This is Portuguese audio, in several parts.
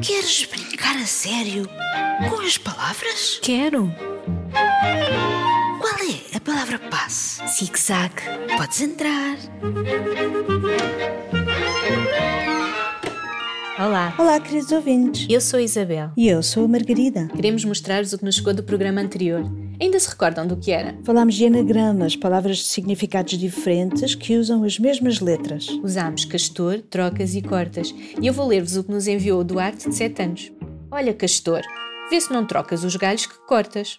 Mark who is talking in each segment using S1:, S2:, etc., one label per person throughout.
S1: Queres brincar a sério com as palavras?
S2: Quero.
S1: Qual é a palavra passe?
S2: Zig-zag.
S1: Podes entrar.
S2: Olá,
S3: Olá, queridos ouvintes.
S2: eu sou a Isabel.
S3: E eu sou a Margarida.
S2: Queremos mostrar-vos o que nos chegou do programa anterior. Ainda se recordam do que era?
S3: Falámos de anagramas, palavras de significados diferentes que usam as mesmas letras.
S2: Usámos castor, trocas e cortas. E eu vou ler-vos o que nos enviou o Duarte, de 7 anos. Olha, castor, vê se não trocas os galhos que cortas.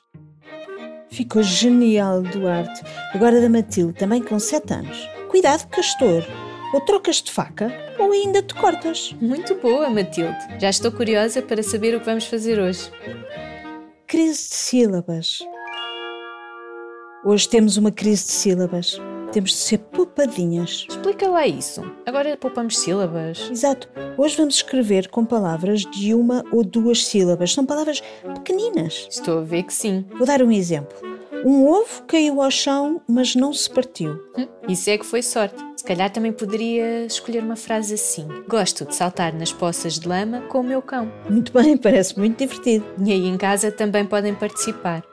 S3: Ficou genial, Duarte. Agora da Matilde, também com 7 anos. Cuidado, castor. Ou trocas de faca, ou ainda te cortas.
S2: Muito boa, Matilde. Já estou curiosa para saber o que vamos fazer hoje.
S3: Crise de sílabas. Hoje temos uma crise de sílabas. Temos de ser poupadinhas.
S2: Explica lá isso. Agora poupamos sílabas.
S3: Exato. Hoje vamos escrever com palavras de uma ou duas sílabas. São palavras pequeninas.
S2: Estou a ver que sim.
S3: Vou dar um exemplo. Um ovo caiu ao chão, mas não se partiu.
S2: Hum, Isso é que foi sorte. Se calhar também poderia escolher uma frase assim: Gosto de saltar nas poças de lama com o meu cão.
S3: Muito bem, parece muito divertido.
S2: E aí em casa também podem participar.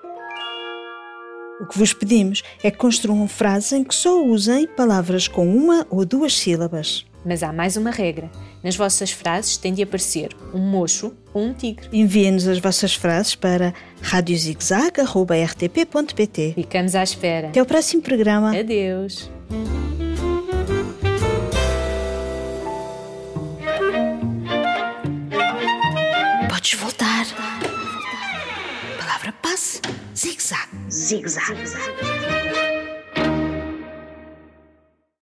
S3: O que vos pedimos é que construam frases em que só usem palavras com uma ou duas sílabas.
S2: Mas há mais uma regra: nas vossas frases tem de aparecer um mocho ou um tigre.
S3: Enviem-nos as vossas frases para radiozigzag.rtp.pt.
S2: Ficamos à espera.
S3: Até o próximo programa.
S2: Adeus.
S1: Podes voltar. Palavra passe, zig-zag. Zig-zag.